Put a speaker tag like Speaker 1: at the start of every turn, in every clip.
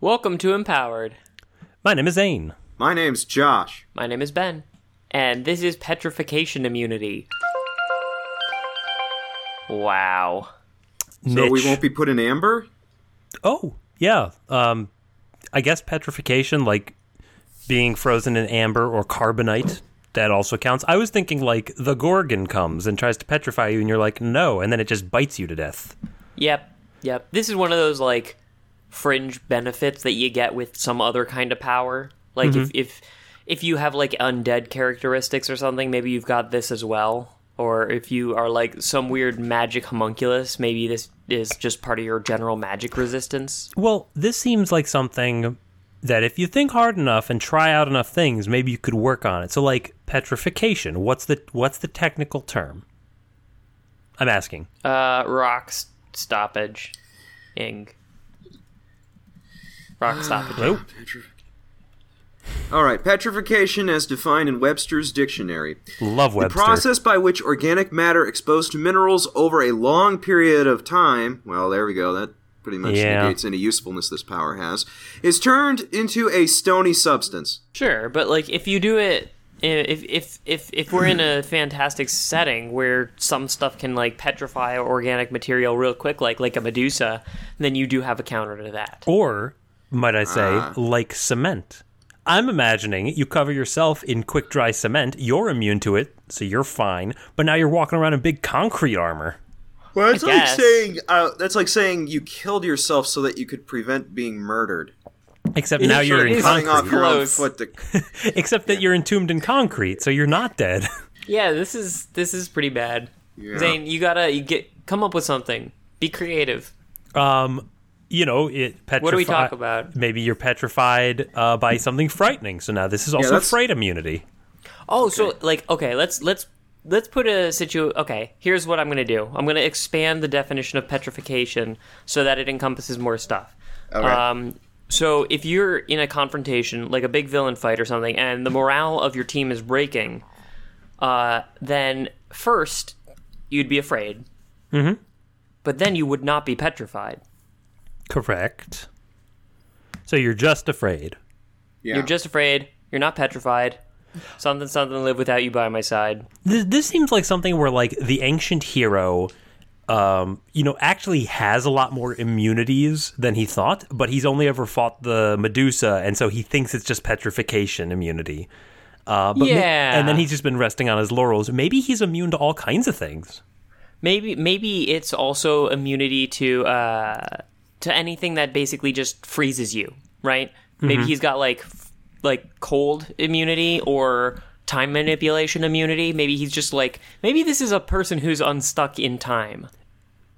Speaker 1: Welcome to Empowered.
Speaker 2: My name is Zane.
Speaker 3: My name's Josh.
Speaker 1: My name is Ben, and this is Petrification Immunity. Wow.
Speaker 3: So we
Speaker 2: Niche.
Speaker 3: won't be put in amber?
Speaker 2: Oh, yeah. Um, I guess petrification, like being frozen in amber or carbonite, that also counts. I was thinking like the Gorgon comes and tries to petrify you, and you're like, no, and then it just bites you to death.
Speaker 1: Yep, yep. This is one of those like fringe benefits that you get with some other kind of power. Like if, if if you have like undead characteristics or something, maybe you've got this as well. Or if you are like some weird magic homunculus, maybe this is just part of your general magic resistance.
Speaker 2: Well, this seems like something that if you think hard enough and try out enough things, maybe you could work on it. So, like petrification, what's the what's the technical term? I'm asking.
Speaker 1: Uh, rock s- stoppage, ing. Rock stoppage.
Speaker 2: Hello?
Speaker 3: All right, petrification as defined in Webster's dictionary.
Speaker 2: Love
Speaker 3: The
Speaker 2: Webster.
Speaker 3: process by which organic matter exposed to minerals over a long period of time, well, there we go, that pretty much
Speaker 2: Yeah.
Speaker 3: negates any usefulness this power has, is turned into a stony substance.
Speaker 1: Sure, but like if you do it, eh, if if if if we're in a fantastic setting where some stuff can like petrify organic material real quick, like like a Medusa, then you do have a counter to that.
Speaker 2: Or, might I say, like cement. I'm imagining you cover yourself in quick dry cement, you're immune to it, so you're fine, but now you're walking around in big concrete armor.
Speaker 3: Well, that's
Speaker 1: I like guess. saying-
Speaker 3: uh, that's like saying you killed yourself so that you could prevent being murdered.
Speaker 2: Except now you're in
Speaker 1: is
Speaker 3: cutting off
Speaker 2: concrete.
Speaker 3: your own
Speaker 1: Close.
Speaker 3: foot. To...
Speaker 2: Except that you're entombed in concrete, so you're not dead.
Speaker 1: Yeah, this is this is pretty bad.
Speaker 3: Yeah.
Speaker 1: Zane, you gotta you get come up with something. Be creative.
Speaker 2: Um, you know, it petrified.
Speaker 1: What do we talk about?
Speaker 2: Maybe you're petrified uh, by something frightening, so now this is also
Speaker 3: that's-
Speaker 2: fright immunity.
Speaker 1: Oh, so like okay, let's let's let's put a situ okay, here's what I'm going to do. I'm going to expand the definition of petrification so that it encompasses more stuff.
Speaker 3: right.
Speaker 1: Um so if you're in a confrontation, like a big villain fight or something, and the morale of your team is breaking, uh then first you'd be afraid. Mhm.
Speaker 3: Mm-hmm.
Speaker 1: But then you would not be petrified.
Speaker 2: Correct. So you're just afraid.
Speaker 3: Yeah.
Speaker 1: You're just afraid. You're not petrified. Something, something, live without you by my side.
Speaker 2: this, this seems like something where like the ancient hero um you know actually has a lot more immunities than he thought but he's only ever fought the medusa and so he thinks it's just petrification immunity uh but ma-
Speaker 1: Yeah.
Speaker 2: and then he's just been resting on his laurels maybe he's immune to all kinds of things
Speaker 1: Maybe maybe it's also immunity to uh, to anything that basically just freezes you, right? Maybe he's got like f- like cold immunity or time manipulation immunity. Maybe he's just like maybe this is a person who's unstuck in time.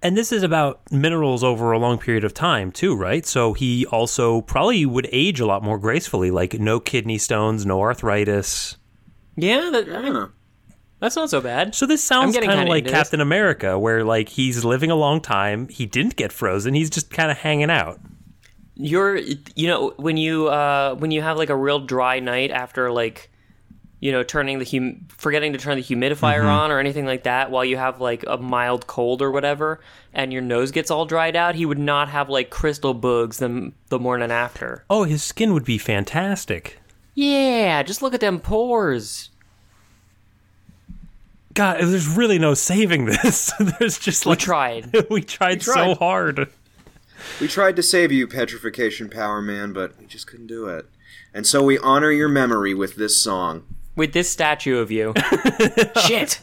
Speaker 2: and this is about minerals over a long period of time too right so he also probably would age a lot more gracefully like no kidney stones no arthritis
Speaker 1: Yeah, that,
Speaker 3: Yeah.
Speaker 1: that's not so bad.
Speaker 2: So this sounds
Speaker 1: getting
Speaker 2: kind of
Speaker 1: kinda
Speaker 2: like
Speaker 1: into this.
Speaker 2: Captain America, where like he's living a long time. He didn't get frozen. He's just kind of hanging out.
Speaker 1: you're you know when you uh when you have like a real dry night after like you know turning the hum forgetting to turn the humidifier on or anything like that while you have like a mild cold or whatever and your nose gets all dried out he would not have like crystal bugs the the morning after
Speaker 2: Oh, his skin would be fantastic.
Speaker 1: yeah just look at them pores
Speaker 2: God, there's really no saving this. there's just
Speaker 1: we
Speaker 2: like
Speaker 1: tried
Speaker 2: we tried so
Speaker 3: tried.
Speaker 2: hard.
Speaker 3: We tried to save you, Petrification Power Man, but we just couldn't do it. And so we honor your memory with this song.
Speaker 1: with this statue of you shit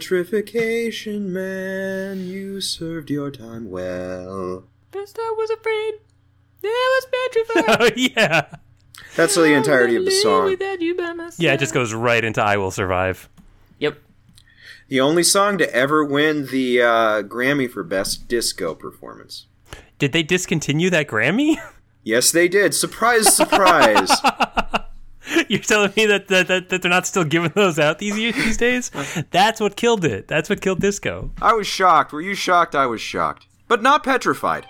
Speaker 3: Petrification Man, you served your time well.
Speaker 1: first i was afraid then i was petrified
Speaker 2: Oh yeah,
Speaker 3: That's the entirety of the
Speaker 1: Live
Speaker 3: song.
Speaker 1: without you by my
Speaker 2: yeah. It
Speaker 1: side.
Speaker 2: just goes right into "I Will Survive."
Speaker 1: yep
Speaker 3: The only song to ever win the uh, Grammy for Best Disco Performance.
Speaker 2: Did they discontinue that Grammy?
Speaker 3: Yes, they did. Surprise, surprise.
Speaker 2: You're telling me that that, that that they're not still giving those out these ye- these days? That's what killed it. That's what killed disco.
Speaker 3: I was shocked. Were you shocked? I was shocked. But not petrified.